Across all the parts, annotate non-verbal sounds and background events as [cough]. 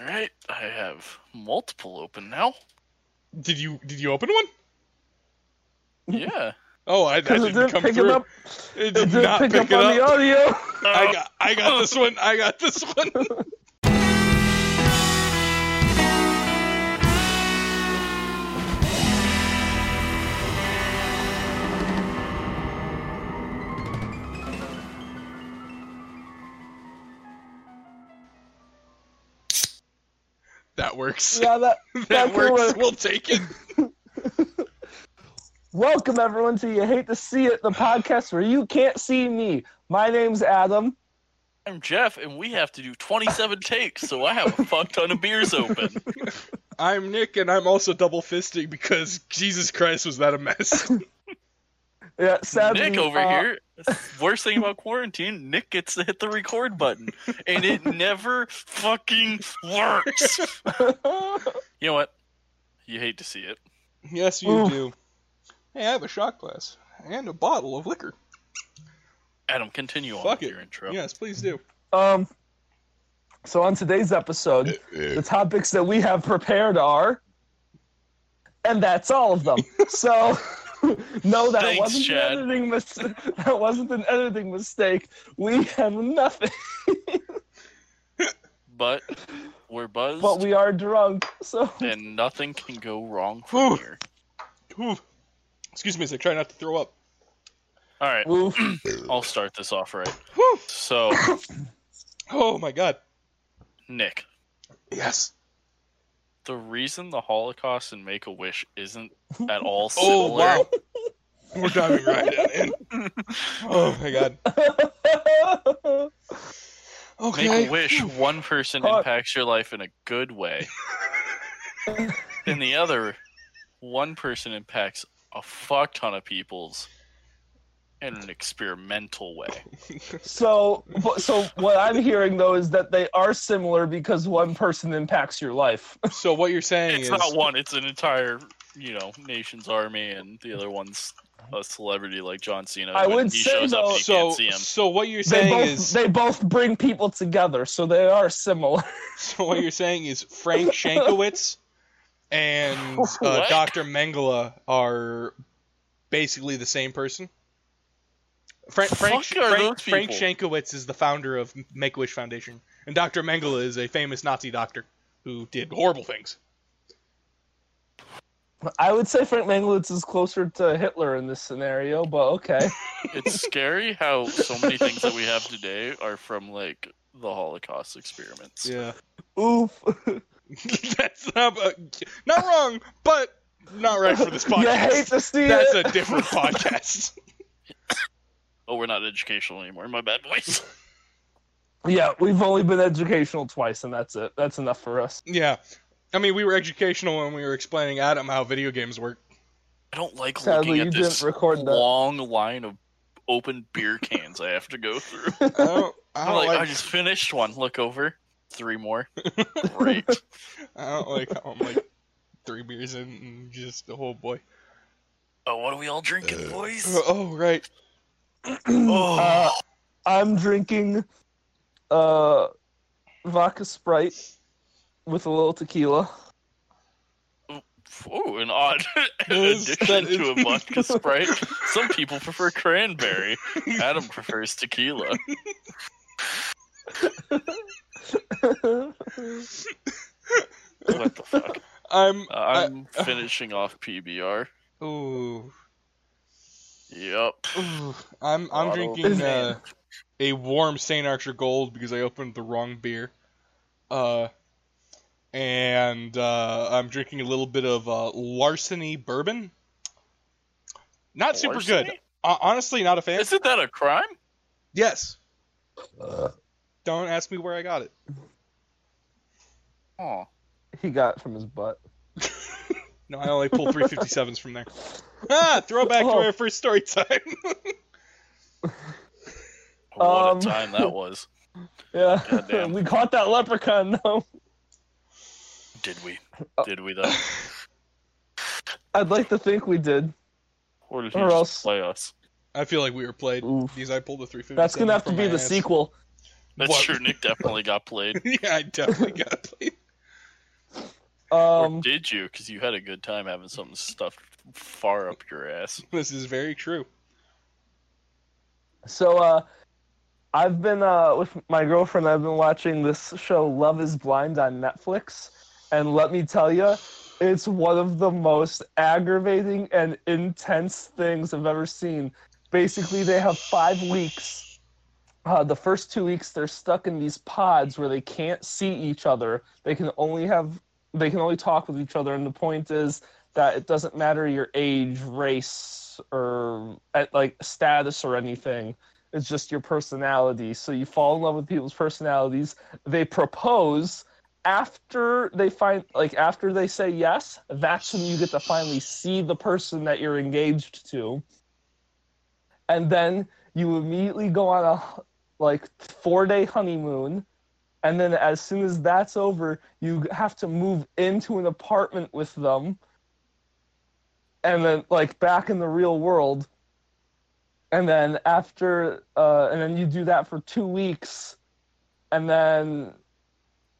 All right, I have multiple open [laughs] now. Did you did you open one? Yeah. Oh, I, I Because didn't, it didn't come pick through. it up. It It did didn't not pick up pick it on the up. audio. I got I got this one. I got this one. that works. [laughs] yeah, that. [laughs] that that could works. work. We'll take it. Welcome everyone to You Hate to See It, the podcast where you can't see me. My name's Adam. I'm Jeff, and we have to do 27 takes, so I have a fuck ton of beers [laughs] open. I'm Nick, and I'm also double fisting because Jesus Christ was that a [laughs] mess. Yeah, sadly, Nick over uh, here. Worst thing about quarantine, Nick gets to hit the record button, and [laughs] it never fucking works. [laughs] uh, You know what? You hate to see it. yes, you Oof. do. Hey, I have a shot glass and a bottle of liquor. Adam, continue on Fuck with it. your intro. Yes, please [laughs] do. [laughs] um, so on today's episode, the topics that we have prepared are, and that's all of them. So, [laughs] no, that Thanks, wasn't Chad. an editing mis- [laughs] That wasn't an editing mistake. We have nothing, But we're buzzed, but we are drunk. So, [laughs] and nothing can go wrong from Whew. here. Ooh. Excuse me as I try not to throw up. All right, oof. I'll start this off right. Whew. [laughs] So, Oh my god. Nick, Yes. the reason the Holocaust and Make a Wish isn't at all similar. Oh wow. We're diving right in. [laughs] man. Oh my god. Okay. Make a wish, one person Fuck. impacts your life in a good [laughs] way, and the other, one person impacts a fuck ton of people's in an experimental way. [laughs] So, but, so what I'm hearing though is that they are similar because one person impacts your life. [laughs] So what you're saying It's is not one; it's an entire, you know, nation's army, and the other one's a celebrity like John Cena. I When would he say, shows up, though- you so can't see him. so what you're They saying both is they both bring people together, so they are similar. [laughs] [laughs] so what you're saying is Frank Shankowitz [laughs] and uh, What? Dr. Mengele are basically the same person. Frank Frank Fuck are Frank, those Frank people? Shankowitz is the founder of Make a Wish Foundation, and Dr. Mengele is a famous Nazi doctor who did horrible things. I would say Frank Manglitz is closer to Hitler in this scenario, but [laughs] okay. It's scary how so many things that we have today are from like the Holocaust experiments. Yeah. Oof. [laughs] That's not, uh, not wrong, but not right [laughs] for this You podcast. hate to see That's a it. different [laughs] podcast. Oh, we're not educational anymore. My bad, boys. [laughs] Yeah, we've only been educational twice, and that's it. That's enough for us. yeah. I mean, we were educational when we were explaining Adam how video games work. I don't like Sadly, looking at you this didn't record that. long line of open beer cans I have to go through. I don't, I I'm don't like, like, I just finished one. Look over, three more. Great. I don't like how I'm like three beers in and just the [laughs] whole boy. Oh, what are we all drinking, [laughs] boys? Oh, right. Oh, Uh, I'm drinking uh, vodka Sprite with a little tequila. [laughs] oh, an odd [laughs] is- addition that is- to a vodka sprite. Some people prefer cranberry. Adam prefers tequila. Uh, What the fuck? I'm. [laughs] I'm finishing off PBR. I, ooh, Yep. ooh. I'm. I'm Bottle. drinking uh, a warm Saint Archer Gold because I opened the wrong beer. Uh, and uh, I'm drinking a little bit of uh, Larceny Bourbon. Not super good. Larceny? Uh, honestly, not a fan. Isn't that a crime? Yes. Don't ask me where I got it. Oh, he got it from his butt. No, I only pulled 357s from there. [laughs] Ah, throwback Oh. to our first story time. [laughs] what Um, a time that was. Yeah, Goddamn. [laughs] we caught that leprechaun though. Did [laughs] we? Oh. Did we though? I'd like to think we did. Or did he Or just else- play us? I feel like we were played Oof. because I pulled a 357. That's gonna have to from [laughs] be my the ass. sequel. That's What? [laughs] true. Nick definitely got played. [laughs] yeah, I definitely got played. or Um, did you? Because you had a good time having something stuffed far up your ass. This is very true. so uh, I've been uh, with my girlfriend. I've been watching this show, Love Is Blind, on Netflix, and let me tell you, it's one of the most aggravating and intense things I've ever seen. Basically, they have five weeks. Uh, the first two weeks, they're stuck in these pods where they can't see each other. They can only have they can only talk with each other, and the point is that it doesn't matter your age, race, or uh, like status or anything. It's just your personality. So you fall in love with people's personalities. They propose after they find like after they say yes. That's when you get to finally see the person that you're engaged to, and then you immediately go on a like four day honeymoon. And then, as soon as that's over, you have to move into an apartment with them and then like back in the real world and then after uh, and then you do that for two weeks and then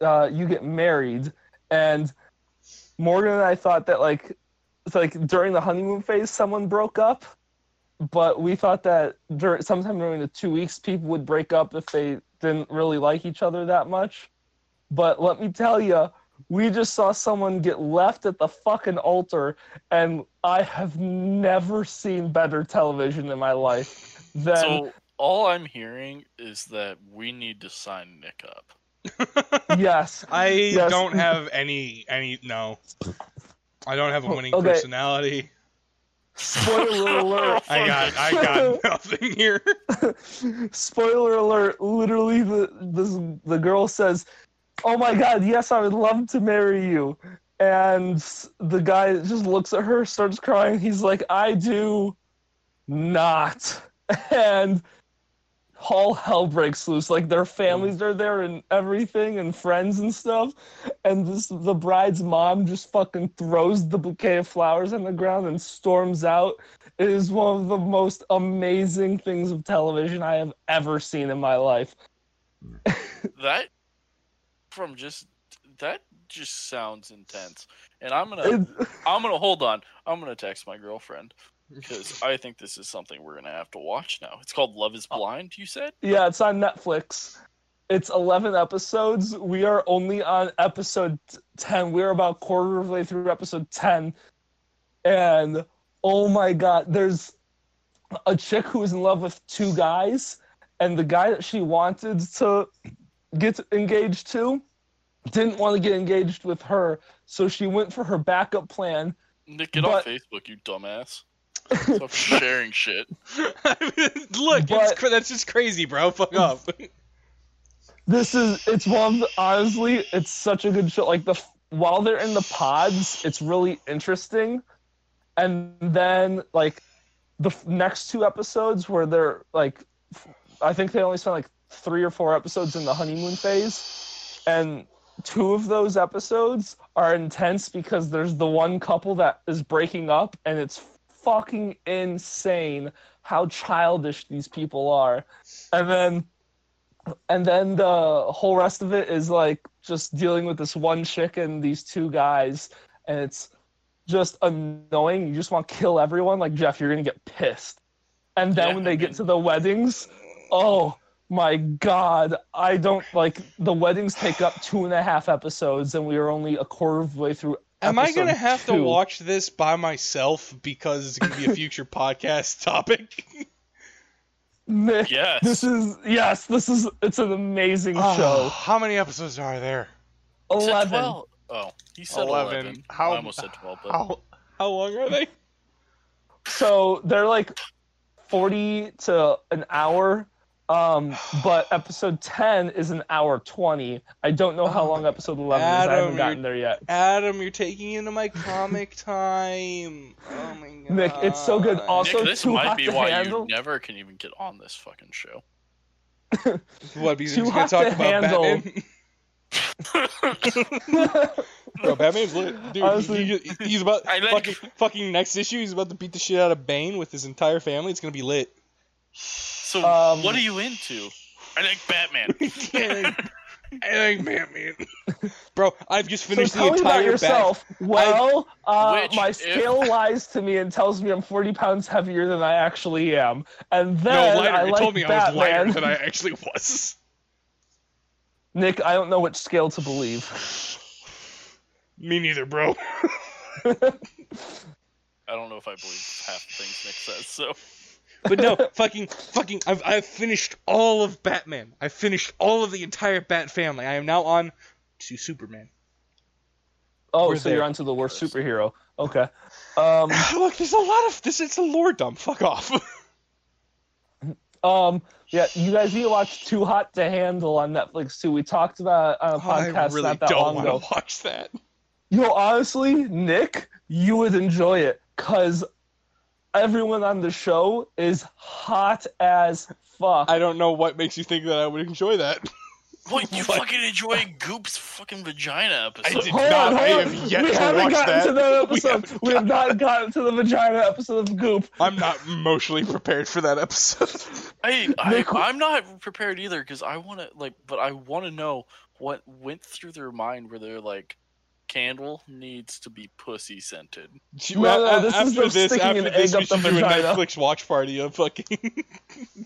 uh, you get married and morgan and i thought that like it's like during the honeymoon phase someone broke up but we thought that during sometime during the two weeks people would break up if they didn't really like each other that much but let me tell you we just saw someone get left at the fucking altar and i have never seen better television in my life than so all I'm hearing is that we need to sign Nick up. [laughs] yes I Yes. don't have any any no. I don't have a winning Okay. personality. [laughs] Spoiler alert. I got I [laughs] got nothing here. spoiler alert literally the this, the girl says oh my god yes i would love to marry you and the guy just looks at her starts crying he's like i do not [laughs] and all hell breaks loose like their families are there and everything and friends and stuff and this the bride's mom just fucking throws the bouquet of flowers on the ground and storms out it is one of the most amazing things of television I have ever seen in my life. That from just that just sounds intense. And I'm gonna It- I'm gonna hold on. I'm gonna text my girlfriend [laughs] because I think this is something we're gonna have to watch now. It's called Love Is Blind. You said yeah, it's on Netflix. It's 11 episodes. We are only on episode t- 10. We're about quarter of the way through episode 10. And oh my god, there's a chick who is in love with two guys, and the guy that she wanted to get engaged to didn't want to get engaged with her, so she went for her backup plan Nick, get But- off Facebook, you dumbass. Stop sharing shit. Look, it's But- cra that's just crazy, bro. Fuck [laughs] off. this is it's one of the, honestly it's such a good show like the while they're in the pods it's really interesting and then like the f- next two episodes where they're like f- i think they only spent like three or four episodes in the honeymoon phase and two of those episodes are intense because there's the one couple that is breaking up and it's fucking insane how childish these people are and then and then the whole rest of it is like just dealing with this one chick and these two guys and it's just annoying you just want to kill everyone like jeff you're gonna get pissed and then Yeah, when I they get mean- to the weddings oh my god i don't like the weddings take up two and a half episodes and we are only a quarter of the way through Am I gonna episode have to two. watch this by myself because it's gonna be a [laughs] future podcast topic? Nick, Yes. this is yes this is it's an amazing Oh, show how many episodes are there? He said 11 12. Oh, he said 11. Eleven. How- I almost said 12, but How how long are they? so they're like 40 to an hour um but episode 10 is an hour 20 i don't know how long episode 11 is i Ah. Adam, haven't gotten there yet Adam, you're taking into my comic time. Oh my god. Nick, it's so good. Also- Nick, this too hot might be to why handle. you never can even get on this fucking show. what? Because too he's gonna hot talk to about handle. Batman. [laughs] [laughs] Bro, Batman's lit, dude. Honestly. he- he- he's about I like- fucking, fucking next issue. He's about to beat the shit out of Bane with his entire family. It's gonna be lit. So, Um, what are you into? I like Batman. I think Batman. [laughs] Bro, I've just So finished tell the me about entire yourself. Well, uh, Which my if- scale lies to me and tells me I'm 40 pounds heavier than I actually am. And bag. then no, lighter. I it like told me I was Batman. lighter than I actually was. [laughs] Nick, I don't know which scale to believe. [laughs] Me neither, bro. Oh, I don't know if I believe half the things Nick says. So But no, fucking, fucking, I've, I've finished all of Batman. I've finished all of the entire Bat family. I am now on to Superman. Oh, We're so there. you're onto the worst superhero. Okay. Um, [sighs] Look, there's a lot of this. It's a lore dump. Fuck off. um, yeah, you guys need to watch Too Hot to Handle on Netflix too. We talked about it on a [laughs] Oh, I podcast really not that don't long want ago. to watch that. Yo, honestly, Nick, you would enjoy it because everyone on the show is hot as fuck. I don't know what makes you think that I would enjoy that. what you What? fucking enjoy Goop's fucking vagina episode? did- Hold not- on, I hold have on. yet we to haven't watch gotten that. to [laughs] that We episode. haven't We, have not gotten to the vagina episode of Goop. I'm [laughs] not emotionally prepared for that episode. [laughs] I, I Nick- I'm not prepared either because I want to like, but I want to know what went through their mind where they're like, candle needs to be pussy scented. You- [laughs] No, no, a- this is them sticking an egg up we should the do a vagina. Netflix watch party of fucking [laughs]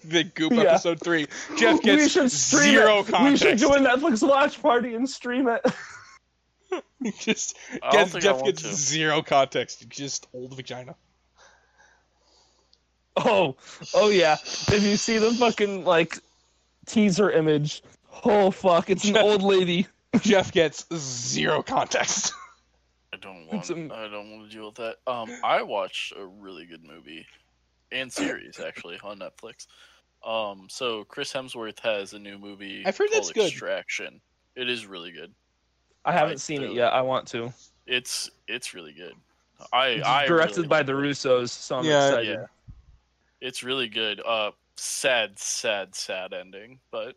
the Goop Yeah. episode three. Jeff gets we should stream zero it. context. We should do a Netflix watch party and stream it. [laughs] [laughs] Just I don't Jeff, think I Jeff want gets to. zero context. Just old vagina. Oh, oh yeah. If you see the fucking like teaser image, oh [laughs] fuck, it's an old lady. Jeff gets zero context. I don't want. It's am- I don't want to deal with that. Um, I watched a really good movie and [coughs] series actually on Netflix. Um, so Chris Hemsworth has a new movie. I've heard that's called good. Extraction. It is really good. I haven't Right, seen so- it yet. I want to. It's it's really good. I It's I directed really by like the it. Russos, so I'm Yeah, excited. yeah. It's really good. Uh, sad, sad, sad ending, but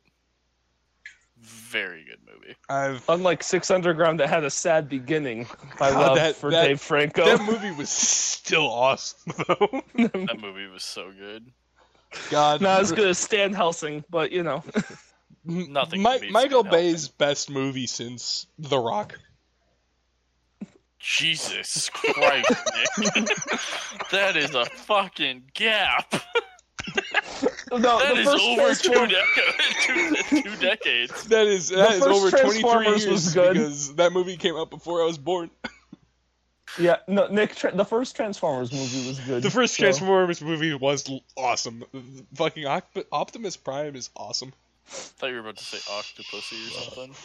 very good movie. I've Unlike Six Underground, that had a sad [laughs] beginning. My God, love Ah, that- for that- Dave [laughs] Franco. [laughs] that movie was still awesome [laughs] though. That movie was so good. God, Not as good as Stan Helsing, but [laughs] you know. M- Nothing Mi- can be Michael Stan Helsing. Bay's best movie since The Rock. Jesus Christ, [laughs] Nick. that is a fucking gap. No, That Oh, the is first over two, Transform- deca- [laughs] two, two decades. That is that is first over twenty three Transformers years was good. because that movie came out before I was [laughs] born. [laughs] Yeah, no, Nick. Tra- the first Transformers movie was good. The first so- Transformers movie was l- awesome. Fucking Oct- Optimus Prime is awesome. thought you were about to say octopussy or something.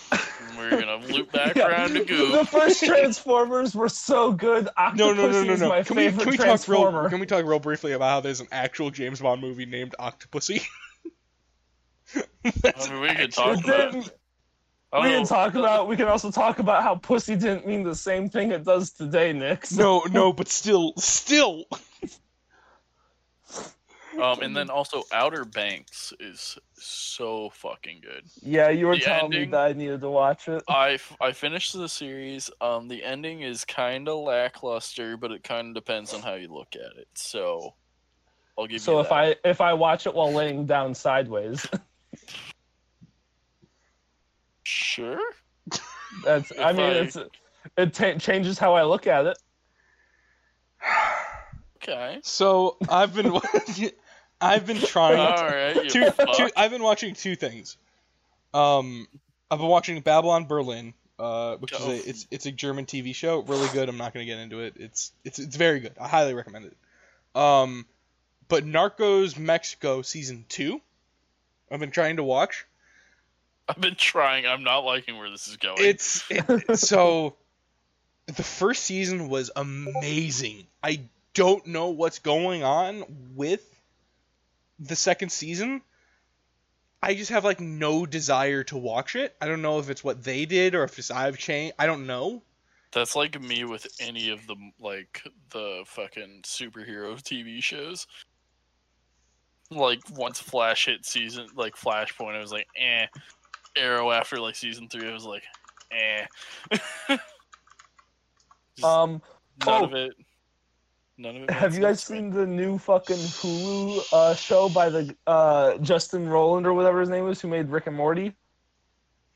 And we are going to loop back [laughs] Yeah. around to The goop. [laughs] first Transformers were so good. Octopussy No, no, no, no, is no. my Can we, favorite can we talk real? Transformer. Can we talk real briefly about how there's an actual James Bond movie named Octopussy? [laughs] That's I mean, we an could actual- talk it about Oh, didn't, I don't we didn't know. talk about. We can also talk about how pussy didn't mean the same thing it does today, Nick. So- No, [laughs] no, but still, still. Um, and then also Outer Banks is so fucking good. yeah, you were The telling me ending- that I needed to watch it. I, f- I finished the series. Um, the ending is kind of lackluster, but it kind of depends on how you look at it. So, I'll give So you if that. I if I watch it while laying down sideways, sure. that's. I If mean, I- it's it ta changes how I look at it. Okay. So I've been, wa- [laughs] I've been trying. All right. You [laughs] two, fuck. two, I've been watching two things. Um, I've been watching Babylon Berlin, uh, which Oh. is a, it's it's a German TV show, really good. I'm not going to get into it. It's it's it's very good. I highly recommend it. Um, but Narcos Mexico season two, I've been trying to watch. I've been trying. I'm not liking where this is going. It's it, so the first season was amazing. I don't know what's going on with the second season. I just have like no desire to watch it. I don't know if it's what they did or if it's I've changed. I don't know. That's like me with any of the like the fucking superhero [laughs] TV shows. Like once Flash hit season like Flashpoint, I was like, eh. Arrow after like season three, I was like, eh. [laughs] Just Um, none oh. of it. None of it. Have made you guys sense to me. seen the new fucking Hulu uh, show by the uh, Justin Roland or whatever his name is who made Rick and Morty?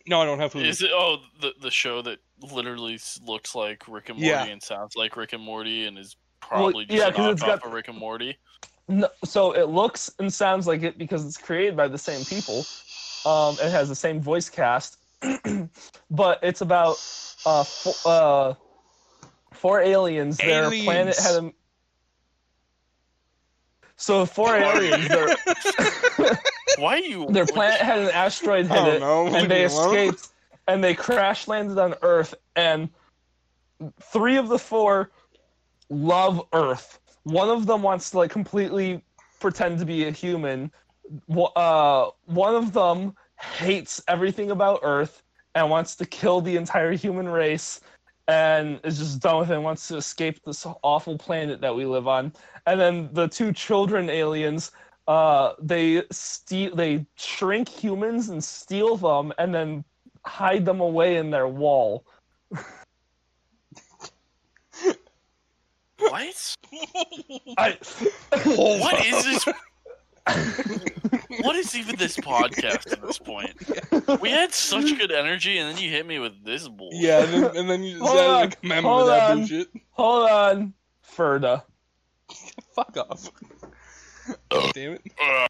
No, I don't have Hulu. Is it oh the the show that literally s- looks like Rick and Morty Yeah. and sounds like Rick and Morty and is probably yeah, just 'cause a it's knockoff got- of Rick and [laughs] Morty? No, so it looks and sounds like it because it's created by the same people. Um, it has the same voice cast, [clears throat] but it's about uh, fo- uh, four aliens. Their planet Aliens. had a. So four aliens. Their Why you? [laughs] their planet had an asteroid hit Oh it, no! leave and they me alone. [laughs] escaped and they crash landed on earth and three of the four love earth one of them wants to like completely pretend to be a human Wh- uh, one of them hates everything about earth and wants to kill the entire human race and is just done with it and wants to escape this awful planet that we live on and then the two children aliens uh, they steal, they shrink humans and steal them, and then hide them away in [laughs] their wall. What? I, What is this? [laughs] what is even this podcast at this point? We had such good energy, and then you hit me with this bull. Yeah, and then, and then you Hold sound on, like a member of hold that on. bullshit. Hold on, Ferda. Fuck off. God damn it. Uh,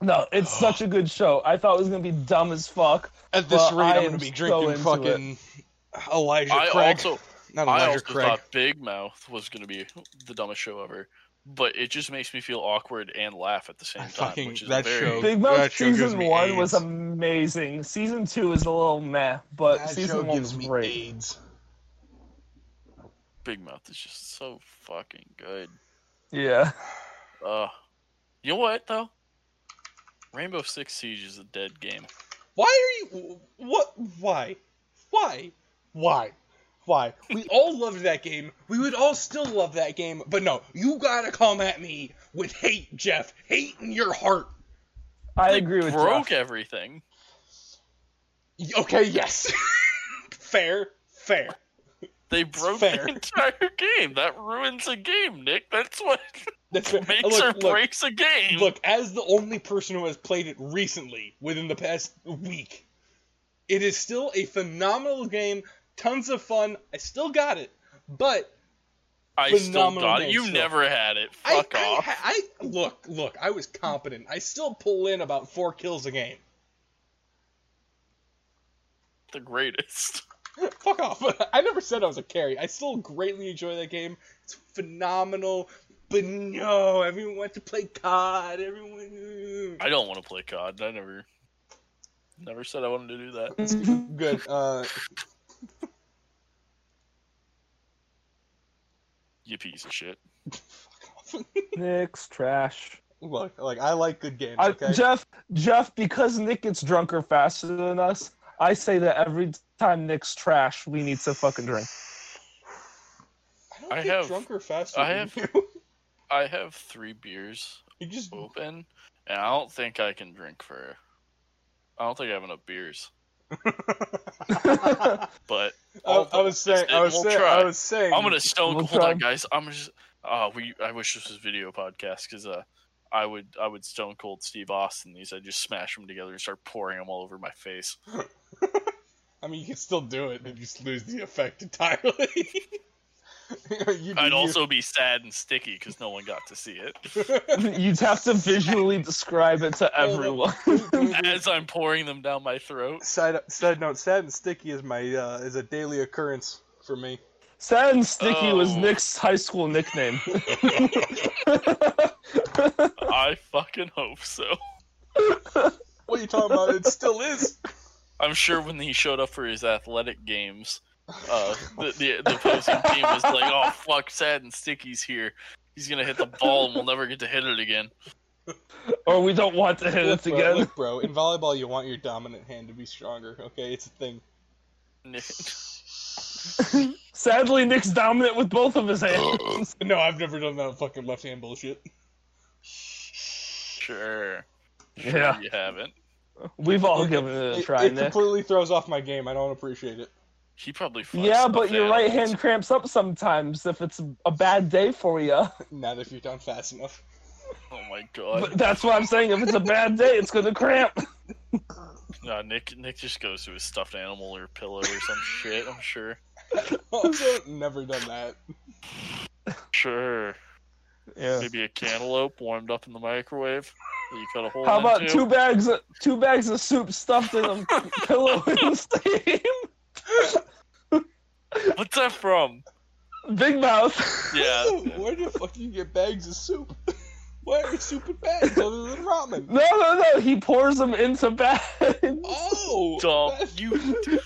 No, it's [sighs] such a good show. I thought it was gonna be dumb as fuck. At this Well, rate, I I'm am gonna be so drinking into fucking Elijah I Craig. also, Not I Elijah also Craig. thought Big Mouth was going to be the dumbest show ever, but it just makes me feel awkward and laugh at the same I time. fucking- which is that very, show- Big Mouth that show gives season me one was AIDS. amazing. Season two is a little meh, but season one was great. AIDS. Big Mouth is just so fucking good. Yeah. Uh, you know what though? Rainbow Six Siege is a dead game. Why are you? What? Why? Why? Why? Why? We all loved that game. We would all still love that game. But no, you gotta come at me with hate, Jeff. Hate in your heart. I They agree with broke Jeff. everything. Y- Okay, yes. [laughs] fair, fair. They broke fair. the [laughs] entire game. That ruins a game, Nick. That's what That's fair. makes [laughs] look, or look, breaks a game. Look, as the only person who has played it recently, within the past week, it is still a phenomenal game. Tons of fun. I still got it, but I still phenomenal got game it. You still. never had it. I- Fuck I, off. I, I- look, look. I was competent. I still pull in about four kills a game. the greatest. [laughs] Fuck off. [laughs] I never said I was a carry. I still greatly enjoy that game. It's phenomenal. But no, everyone wants to play COD. Everyone. I don't want to play COD. I never, never said I wanted to do that. Good. Uh, You piece of shit. Nick's trash. look, like I like good games. I, okay. Jeff, Jeff, because Nick gets drunker faster than us, I say that every time Nick's trash, we need to fucking drink. I don't I get have- drunk or faster. I than have- you. I have three beers You just open, and I don't think I can drink for. I don't think I have enough beers, I, but I was saying, I was We'll saying, try. I was saying. I'm gonna stone. We'll Hold try. on, guys. I'm just. Uh, we. I wish this was video podcast because uh, I would I would stone cold Steve Austin these. I would just smash them together and start pouring them all over my face. I mean, you can still do it, and you just lose the effect entirely. [laughs] You- I'd you- also be sad and sticky because no one got to see it. You'd have to visually describe it to everyone. [laughs] [laughs] As I'm pouring them down my throat, side side note: sad and sticky is my uh, is a daily occurrence [laughs] for me. Sad and Sticky was Oh. Nick's high school nickname. [laughs] I fucking hope so. What are you talking about? It [laughs] still is. I'm sure when he showed up for his athletic games, uh, the, the the opposing team was like, "Oh fuck, sad and sticky's here. He's gonna hit the ball and we'll never get to hit it again." [laughs] or we don't want to hit Look, it bro, again. look, bro. In volleyball, you want your dominant hand to be stronger. Okay, it's a thing. Sadly, Nick's dominant with both of his hands. No, I've never done that fucking left hand bullshit. sure, sure Yeah. you haven't. We've all It- given it a It, try, it Nick. completely throws off my game. I don't appreciate it. He probably fucks Yeah, stuffed but your right animals. hand cramps up sometimes if it's a bad day for you. Not if you're done fast enough. [laughs] Oh my But god! that's what I'm saying. If it's a bad day, it's gonna cramp. No, Nick. Nick just goes to his stuffed animal or pillow or some shit. I'm sure. [laughs] also, never done that. Sure. Yeah. Maybe a cantaloupe warmed up in the microwave. that You cut a hole. How about into. two bags of two bags of soup stuffed in a pillow in steam? What's that from? Big mouth. [laughs] [laughs] Yeah. Also, Where the fuck do you get bags of soup? [laughs] Why are soup in bags other than ramen? No, no, no. He pours them into [laughs] bags. Oh, Dumb. that's- You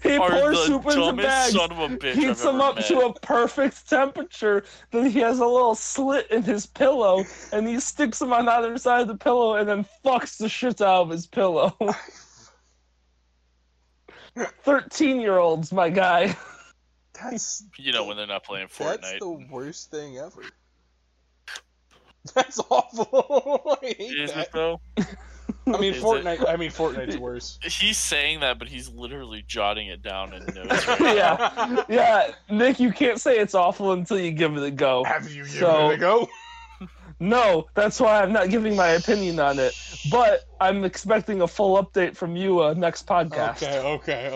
He are pours the soup into dumbest bags. son of a bitch heats I've them ever up met. to a perfect temperature. Then he has a little slit in his pillow, and he sticks them on the other side of the pillow, and then fucks the shit out of his pillow. [laughs] Thirteen-year-olds, my guy. [laughs] that's you know when they're not playing that's Fortnite. the worst thing ever. [laughs] That's awful. [laughs] I hate Is it that. though? I mean, Is it? Fortnite. [laughs] I mean, Fortnite's worse. He's saying that, but he's literally jotting it down in [laughs] notes. right? [laughs] Yeah. Yeah, Nick, you can't say it's awful until you give it a go. Have you given So- it a go? No, that's why I'm not giving my opinion on it. But I'm expecting a full update from you uh, next podcast. Okay,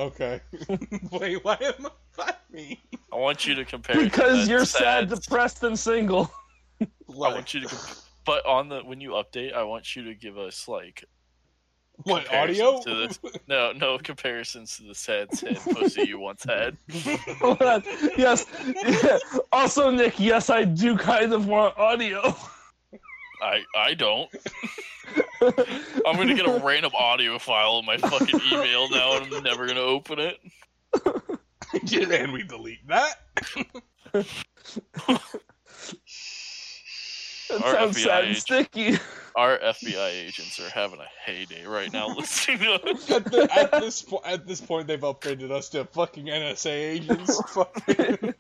okay, okay. [laughs] Wait, why am I? Why me? I want you to compare it to Because that you're sad, depressed, and single. [laughs] I want [laughs] you to, comp- but on the when you update, I want you to give us like what comparisons audio? to [laughs] this. no no comparisons to the sad sad pussy you once had. [laughs] yes. Yeah. Also, Nick, yes, I do kind of want audio. I I don't. I'm gonna [laughs] get a [laughs] random audio file in my fucking email now, and I'm never gonna open it. and we delete that. That Our sounds sad and FBI sticky. Our FBI agents are having a heyday right now listening to us. At, the, at this po- at this point, they've upgraded us to fucking NSA [laughs] agents. Fucking,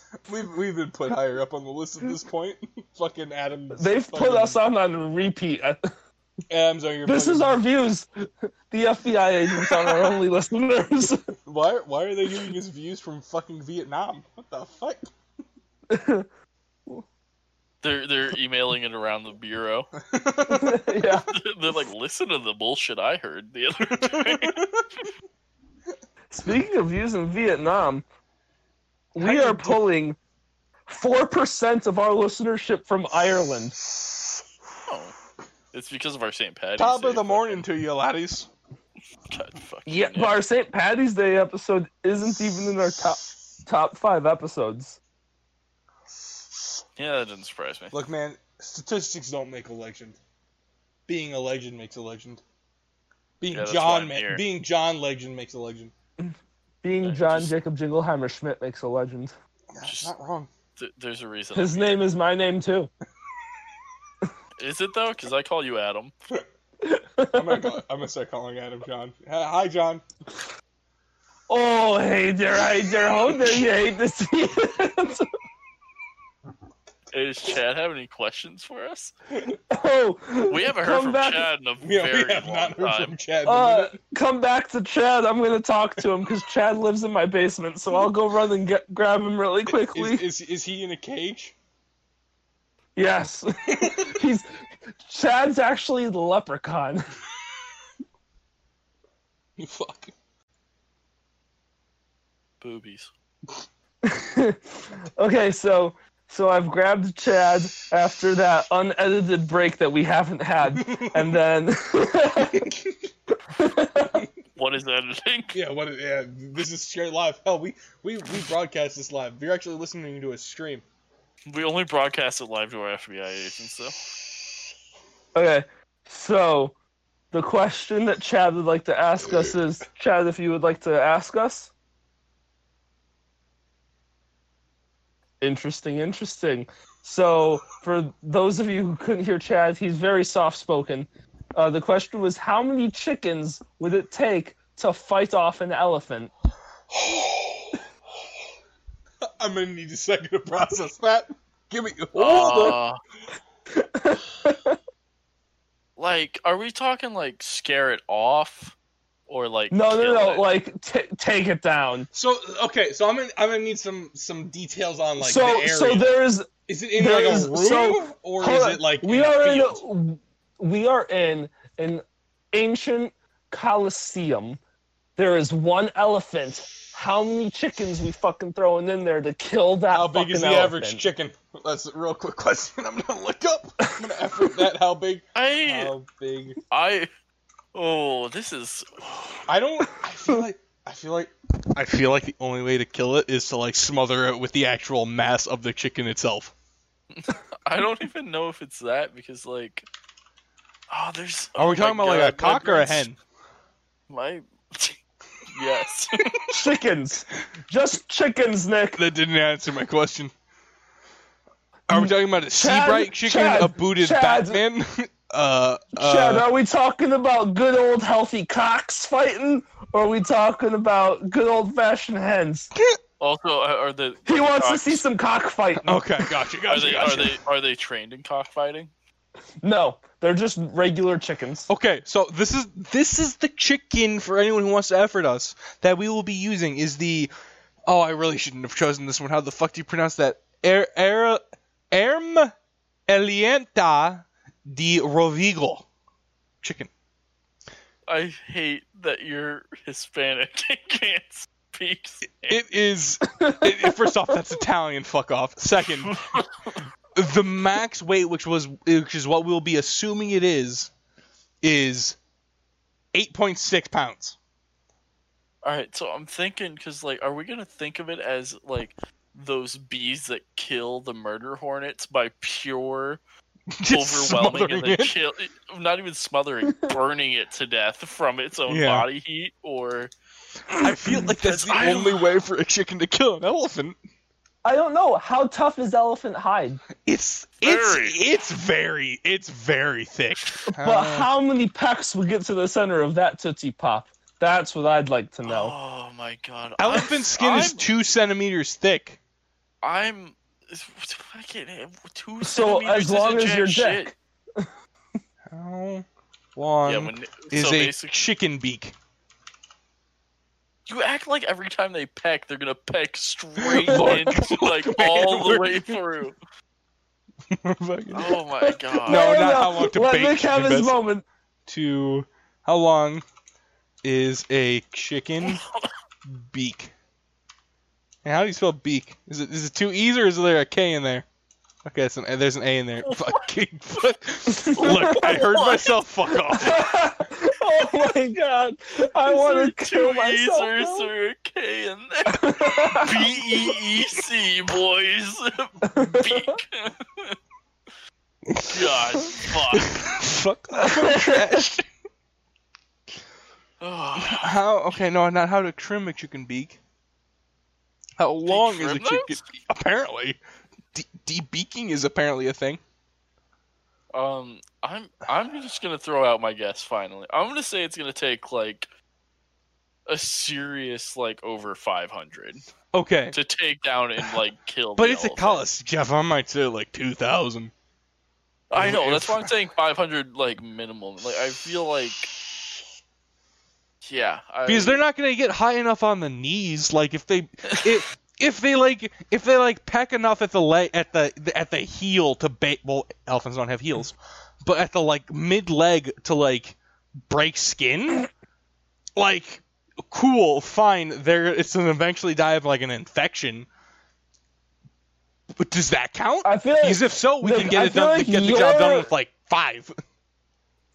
[laughs] we've we've been put higher up on the list at this point. [laughs] fucking Adam. They've put fucking- us on on repeat. Adam's on your. [laughs] This fucking- is our views. The FBI agents are our only listeners. [laughs] Why why are they giving us views from fucking Vietnam? What the fuck? They're they're emailing it around the bureau. [laughs] yeah. They're like, listen to the bullshit I heard the other [laughs] day. Speaking of views in Vietnam, [laughs] we How are you do- pulling four percent of our listenership from Ireland. Oh. It's because of our St. Patty's. Top Day of the fucking- morning to you, laddies. God, fucking Yeah, but yeah. our St. Patty's Day episode isn't even in our top top five episodes. Yeah, that doesn't surprise me. Look, man, statistics don't make a legend. Being a legend makes a legend. Being Yeah, that's why John, I'm ma- here. being John Legend makes a legend. Being Yeah, John just- Jacob Jingleheimer Schmidt makes a legend. That's Just- not wrong. Th- there's a reason. His name is my name too. Is it though? Because I call you Adam. I'm gonna, call, I'm gonna start calling Adam John. Uh, Hi, John. Oh, hey there, hey there, how dare you hate to see it? Hey, Does Chad have any questions for us? [laughs] oh, We haven't heard come from back, Chad in a Yeah, very we have long not heard time. from Chad. in a Uh, minute. come back to Chad. I'm gonna talk to him because Chad lives in my basement, so I'll go run and get, grab him [laughs] really quickly. is, is is he in a cage? Yes, [laughs] he's Chad's actually the leprechaun. Fuck. Boobies. [laughs] okay, so so I've grabbed Chad after that unedited break that we [laughs] haven't had, and then [laughs] What is editing? yeah, what? Yeah, this is straight live. Hell, we we we broadcast this live. You're actually listening to a stream. We only broadcast it live to our FBI agents, though. okay, so the question that Chad would like to ask us is, Chad, if you would like to ask us. Interesting, interesting. So, for those of you who couldn't hear Chad, he's very soft spoken. Uh, the question was how many chickens would it take to fight off an elephant? [sighs] I'm gonna need a second to process that. Give me. Hold on. Uh, Ah. like, are we talking like scare it off, or like No, no, kill no, it? like t- take it down. So okay, so I'm gonna I'm gonna need some some details on like the so, area. so there is. is it in there like is- a room so- or hold is on, it like we in a are in. field? A, we are in an ancient Coliseum, there is one elephant. How many chickens we fucking throwing in there to kill that? How big is the fucking average elephant? chicken? That's a real quick [laughs] question. I'm gonna look up. I'm gonna effort that. How [laughs] big? I uh, How big? I oh this is I don't. I feel like. I feel like. I feel like the only way to kill it is to like smother it with the actual mass of the chicken itself. I don't even know if it's that because like oh there's Are oh we my talking about like a God, my cock or a brain's- hen? My [laughs] yes. [laughs] Chickens, just chickens, Nick. That didn't answer my question. Are we talking about a Mm. Chad- Seabright chicken, Chad- a booted Chad- Batman? [laughs] uh, uh, Chad, are we talking about good old healthy cocks fighting, or are we talking about good old fashioned hens? Also, are are the He are the wants to cocks- see some cock fighting. Okay, gotcha, Are gotcha, they gotcha. are they are they trained in cockfighting? No, they're just regular chickens. Okay, so this is this is the chicken for anyone who wants to effort us that we will be using is the oh I really shouldn't have chosen this one. How the fuck do you pronounce that? Er, er, erm elienta de Rovigo chicken. I hate that you're Hispanic [laughs] and can't speak. It is. It, it- first off, that's Italian. Fuck off. Second, the max weight, which was which is what we'll be assuming it is, is eight point six pounds. [laughs] All right, so I'm thinking because like, are we gonna think of it as like those bees that kill the murder hornets by pure [laughs] Just overwhelming and smothering then it. kill, not even smothering, burning it to death from its own Yeah. body heat, or I feel like that's the Because I- only way for a chicken to kill an elephant. I don't know how tough is elephant hide, It's Very. it's it's very it's very thick. but Uh. how many pecks would get to the center of that tootsie pop? That's what I'd like to know. oh my god, I'm- elephant skin is I'm- two centimeters thick. I'm fucking eh, two so centimeters as long isn't as your jack dick. um, shit. How long Yeah, when, is so a basically, chicken beak? [laughs] you act like every time they peck, they're gonna peck [laughs] straight Look, in, like look, all the man, way through. Fucking- Oh [laughs] my god. No, not how long to Let bake Nick have his chicken breast. moment. [laughs] to how long is a chicken beak? And how do you spell beak? Is it is it two e's or is there a k in there? Okay, it's an, there's an a [laughs] in there. Fucking look, I heard What? myself. Fuck off. oh my god! [laughs] I Is there want to two kill E's myself. or is now. there a K [laughs] in there? B E E C boys. [laughs] Beak. [laughs] [laughs] [laughs] God fuck. [laughs] Fuck off. I'm trash. Oh, How? Okay, no, not how to trim a chicken beak. How long is a trim chicken? those? beak? Apparently, de- debeaking is apparently a thing. Um, I'm I'm just gonna throw out my guess. Finally, I'm gonna say it's gonna take like a serious like over 500 Okay, to take down and like [laughs] kill. but the it's a elephant. coliseum, Jeff. I might say like two thousand. I know that's why I'm saying 500 like minimum. Like I feel like yeah, I, because they're not gonna get high enough on the knees. Like if they, if, if they like, if they like peck enough at the leg, at the at the heel to bait. Well, elephants don't have heels, but at the like mid leg to like break skin, like cool, fine. They're it's gonna eventually die of like an infection. But does that count? I feel like Because if so, we Nick, can get I it feel done. like get the job done you're- with like five.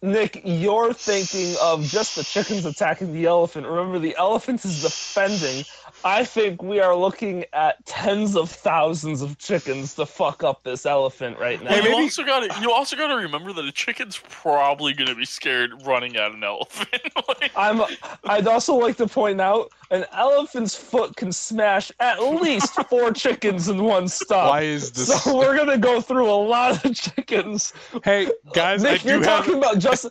Nick, you're thinking of just the chickens attacking the elephant. Remember, the elephant is defending. I think we are looking at tens of thousands of chickens to fuck up this elephant right now. Hey, you maybe- also got to you also got to remember that a chicken's probably gonna be scared running at an elephant. [laughs] Like, I'm. I'd also like to point out an elephant's foot can smash at least four chickens in one stop. Why is this? Um, So we're gonna go through a lot of chickens. hey guys, I Nick, do you're have. talking about just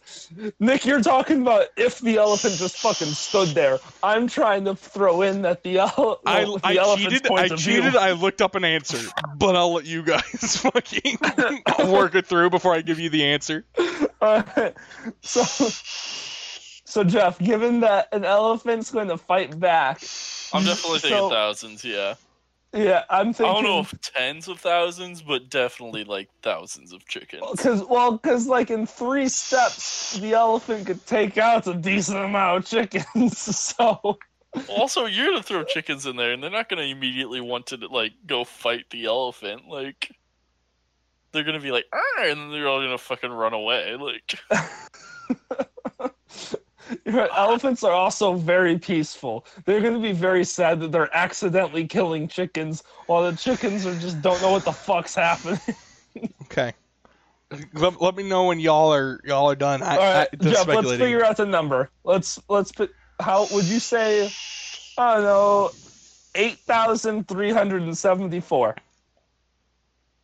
Nick, you're talking about if the elephant just fucking stood there. I'm trying to throw in that the, ele- I, the I elephant's cheated. point I of cheated. [laughs] view. I looked up an answer, but I'll let you guys [laughs] [laughs] fucking work it through before I give you the answer. Alright. so, so Jeff, given that an elephant's going to fight back, I'm definitely thinking so- thousands. Yeah, Yeah, I'm I thinking. don't know if tens of thousands, but definitely like thousands of chickens. Because well, because like in three steps, the elephant could take out a decent amount of chickens. [laughs] So Also, you're gonna throw chickens in there, and they're not gonna immediately want to like go fight the elephant. Like, they're gonna be like, "Arr," and then they're all gonna fucking run away. Like, [laughs] you're right, elephants are also very peaceful. They're going to be very sad that they're accidentally killing chickens, while the chickens are just don't know what the fuck's happening. Okay. Let, let me know when y'all are y'all are done. I, All right, I, just Jeff, let's speculating. figure out the number. Let's let's put how would you say? I don't know, eight thousand three hundred and seventy-four.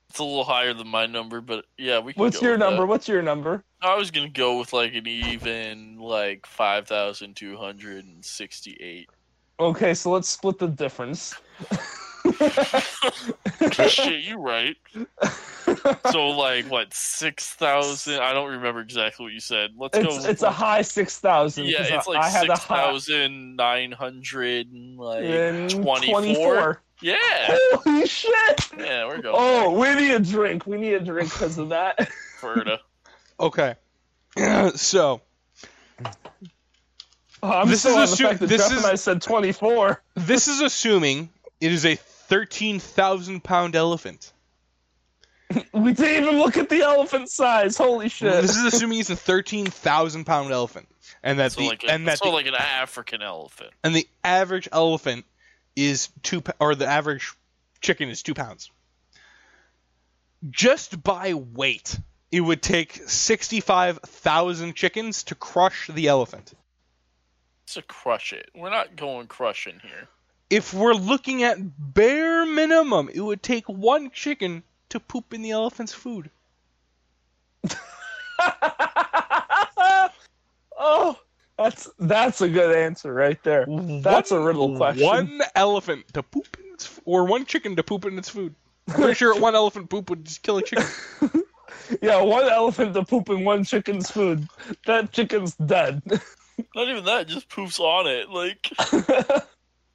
it's a little higher than my number, but yeah, we. Can What's go your with that. number? What's your number? I was gonna go with like an even like five thousand two hundred and [laughs] sixty-eight. Okay, so let's split the difference. Shit, you right. So like what six thousand? I don't remember exactly what you said. Let's go. It's, with, it's a like- high six thousand. Yeah, it's like I had a six high thousand nine hundred and like in twenty four. Yeah. Holy shit! Yeah, we're going Oh, we need a drink. We need a drink because of that. [laughs] [laughs] Florida. Okay. [clears throat] so I'm This so is on a the su- fact that this Jeff is- and I said twenty four. this is assuming it is a thirteen thousand pound elephant. We didn't even look at the elephant size. Holy shit! This is assuming it's a thirteen thousand pound elephant, and that So the like, a, and that so the, like an African elephant. and the average elephant is two p- or the average chicken is two pounds. Just by weight, it would take sixty-five thousand chickens to crush the elephant. It's a crush it. We're not going crushing here. If we're looking at bare minimum, it would take one chicken to poop in the elephant's food. [laughs] oh, that's that's a good answer right there. That's a riddle question. One elephant to poop in its, f- or one chicken to poop in its food. I'm pretty sure one elephant poop would just kill a chicken. Yeah, one elephant to poop in one chicken's food. That chicken's dead. [laughs] Not even that. it Just poops on it. Like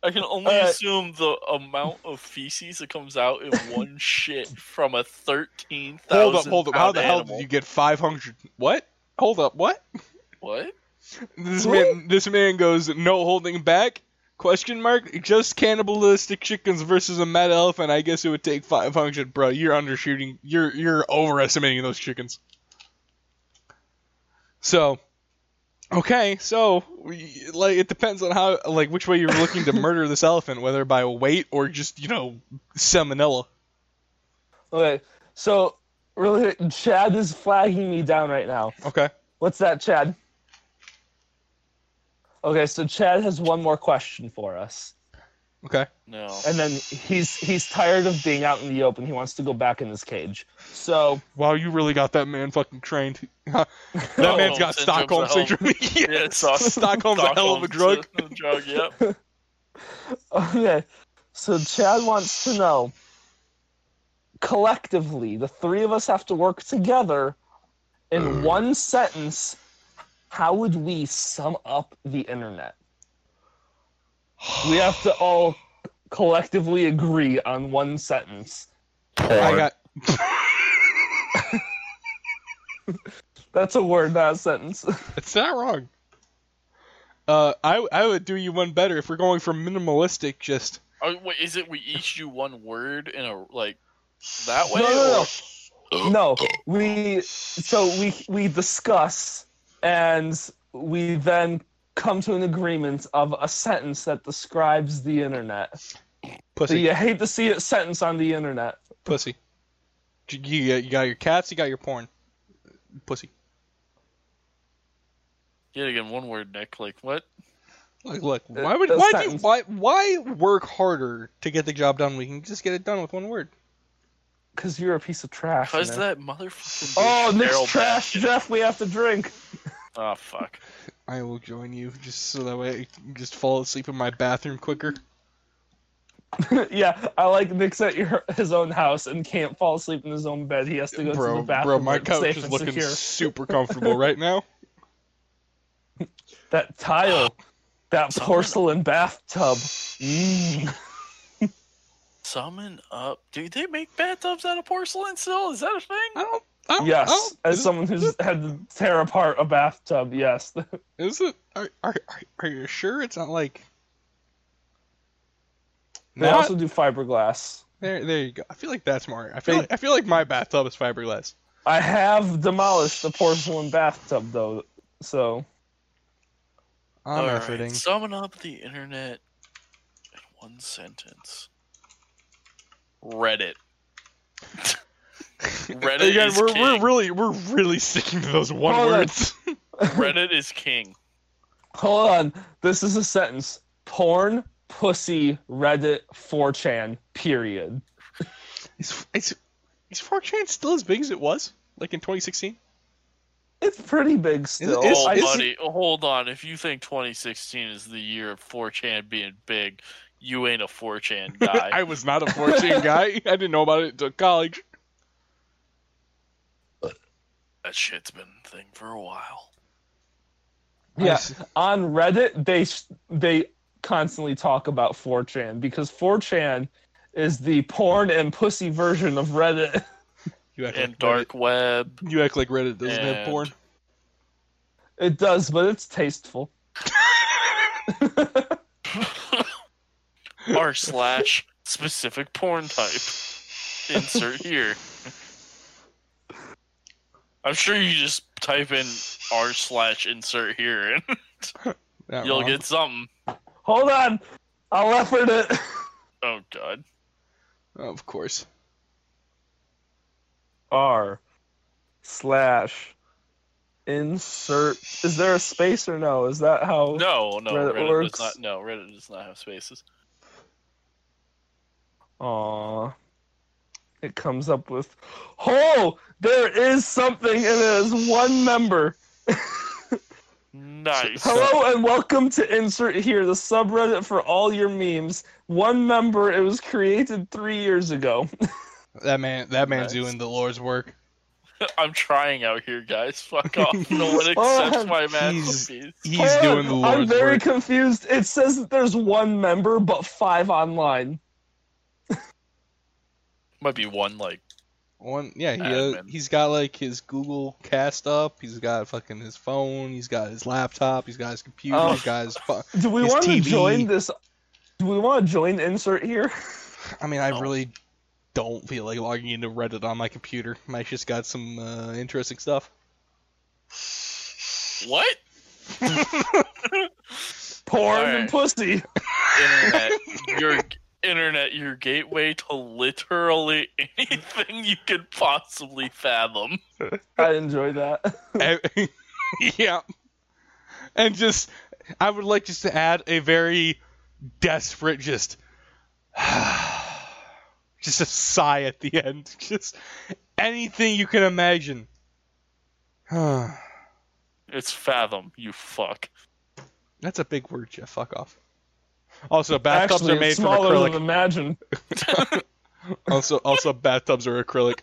I can only Alright. assume the amount of feces that comes out [laughs] in one shit from a thirteen thousand. hold up, hold up. How the hell did you get 500? What? Hold up, what? What? This What? man, this man goes no holding back. Question mark? Just cannibalistic chickens versus a mad elephant. I guess it would take 500, bro. You're undershooting. You're you're overestimating those chickens. So, okay, so we, like it depends on how like which way you're looking to murder this elephant, whether by weight or just you know salmonella. okay, so really, Chad is flagging me down right now. Okay. What's that, Chad? Okay, so Chad has one more question for us, Okay. [laughs] No. and then he's he's tired of being out in the open. He wants to go back in his cage. So Wow, you really got that man fucking trained. [laughs] that Oh, man's got syndrome's a Stockholm hell of- syndrome. [laughs] [laughs] Yeah, it's Stockholm's a hell of a drug. drug. Yep. Okay. So Chad wants to know collectively, the three of us have to work together in Hmm. one sentence. How would we sum up the internet? We have to all collectively agree on one sentence. I got. That's a word, not a sentence. It's not wrong. Uh, I I would do you one better if we're going for minimalistic. Just Oh, wait, is it we each do one word in a like that way? No, no, or- no. Oh. We so we we discuss and we then come to an agreement of a sentence that describes the internet. So pussy, you hate to see it sentence on the internet. pussy. You, you you got your cats. You got your porn. Pussy. Yeah, again, one word, Nick. Like what? Like, look, Uh, why would those why do you, sentence- why why work harder to get the job done? when You can just get it done with one word. Cause you're a piece of trash. Cause man. that motherfucking. Oh, bitch Carol Nick's trash, Baskin. Jeff. We have to drink. [laughs] Oh fuck. I will join you just so that way I can just fall asleep in my bathroom quicker. yeah, I like Nick's at your, his own house and can't fall asleep in his own bed. He has to go to the bathroom. Bro, my where it's couch safe is and looking secure. super comfortable right [laughs] now. That tile, that Someone- porcelain bathtub. Mm. Summon up. Do they make bathtubs out of porcelain still? Is that a thing? I don't. I don't Yes, I as don't, someone who's had to tear apart a bathtub, yes. is, it? Are, are, are- are you sure it's not like? They Not- also do fiberglass. there, there you go. I feel like that's more. I feel. They- Like, I feel like my bathtub is fiberglass. I have demolished the porcelain bathtub though, so I'm All right, efforting. Summon up the internet in one sentence. Reddit. Reddit Again, is we're king. [laughs] we're really we're really sticking to those one Hold on. words. [laughs] Reddit is king. hold on. This is a sentence. Porn, pussy, Reddit, 4chan, period. is, is, is 4chan still as big as it was like in 2016? It's pretty big still. Is- oh, I- buddy, hold on. If you think 2016 is the year of 4chan being big, you ain't a 4chan guy. [laughs] I was not a 4chan [laughs] guy. I didn't know about it until college. that shit's been a thing for a while. Yeah. Nice. on Reddit, they sh- they constantly talk about 4chan because 4chan is the porn and pussy version of Reddit. [laughs] You act And like dark web. Reddit, you act like Reddit doesn't have And- porn. It does, but it's tasteful. r slash specific porn type. Insert here. I'm sure you just type in r slash insert here and Not you'll wrong. get something. Hold on, I'll effort it. Oh god. of course. R slash insert. Is there a space or no? Is that how? No, no, Reddit Reddit, works. does not. No, Reddit does not have spaces. Aw. It comes up with, oh, there is something, and it is one member. Nice. Hello and welcome to Insert Here, the subreddit for all your memes. One member, it was created three years ago. That man, that Nice. man's doing the Lord's work. I'm trying out here, guys. Fuck off. No one Oh, accepts my he's- masterpiece. He's Hold on, doing the I'm Lord's very work. confused. It says that there's one member, but five online. Might be one like One, yeah, he, uh, Admin. he's got like his Google Cast up. He's got fucking his phone. He's got his laptop. He's got his computer. Oh. He's got his fuck. Do we His want to TV. join this? Do we want to join Insert Here? [laughs] I mean, I Oh. really don't feel like logging into Reddit on my computer. I just got some uh, interesting stuff. what? Porn All and right. pussy. Internet. your internet, your gateway to literally [laughs] anything you could possibly fathom. I [laughs] enjoy that. I- yeah. And just, I would like just to add a very desperate, just, [sighs] just a sigh at the end. [laughs] Just anything you can imagine. [sighs] That's It's fathom, you fuck. a big word, Jeff. Fuck off. Also, bathtubs Actually, are made it's from smaller acrylic. than imagine. Also, also bathtubs are [laughs] acrylic.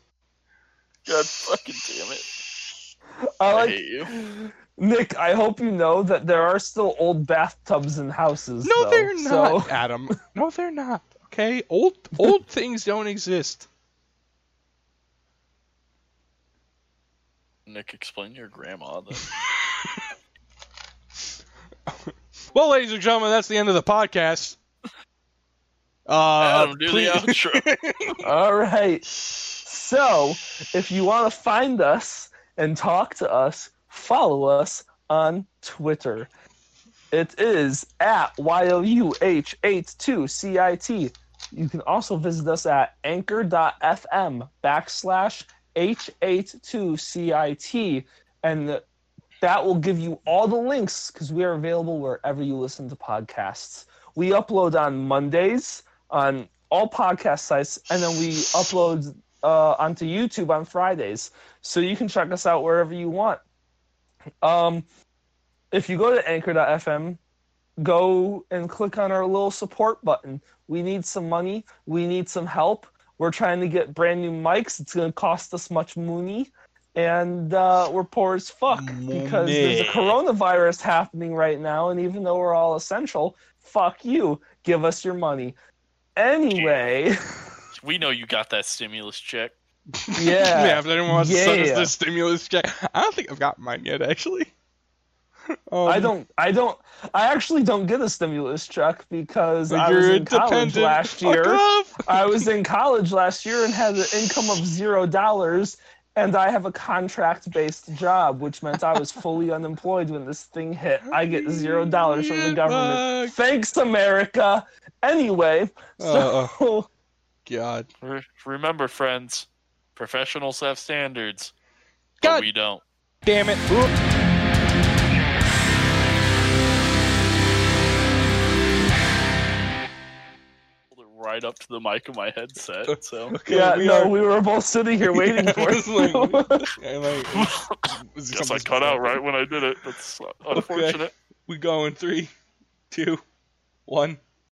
God fucking damn it. I I like hate you. Nick. I hope you know that there are still old bathtubs in houses. No, though, they're so- not, Adam. No, they're not. Okay, old old things don't exist. Nick, explain your grandma then. Well, ladies and gentlemen, that's the end of [laughs] the podcast. Uh, Adam, do please- the [laughs] outro. All right. So, if you want to find us and talk to us, follow us on Twitter. It is at YOUH82CIT. You can also visit us at anchor.fm backslash H82CIT. And that will give you all the links because we are available wherever you listen to podcasts. We upload on Mondays on all podcast sites, and then we upload uh, onto YouTube on Fridays. So you can check us out wherever you want. Um, if you go to anchor.fm, go and click on our little support button. We need some money, we need some help. We're trying to get brand new mics, it's going to cost us much money. And uh, we're poor as fuck because there's a Money. coronavirus happening right now. And even though we're all essential, fuck you. Give us your money. Anyway, We know you got that stimulus check. Yeah. Man, if anyone wants to send us Yeah. this stimulus check, I don't think I've got mine yet, actually. [laughs] Um, I don't, I don't, I actually don't get a stimulus check because I was you're in college dependent. last Fuck year. off. I was in college last year and had an income of zero dollars, and I have a contract based job, which meant I was fully unemployed when this thing hit. I get zero dollars from the government. Yeah, fuck. Thanks, America. Anyway, so Oh, God. Re- remember, friends, professionals have standards, God but we don't. damn it. Hold it Right up to the mic of my headset. So Okay, yeah, we no, are- we were both [laughs] sitting here waiting for It's like- it. [laughs] and like, [laughs] is it guess I something- cut out right when I did it. That's unfortunate. We go in three, two, one.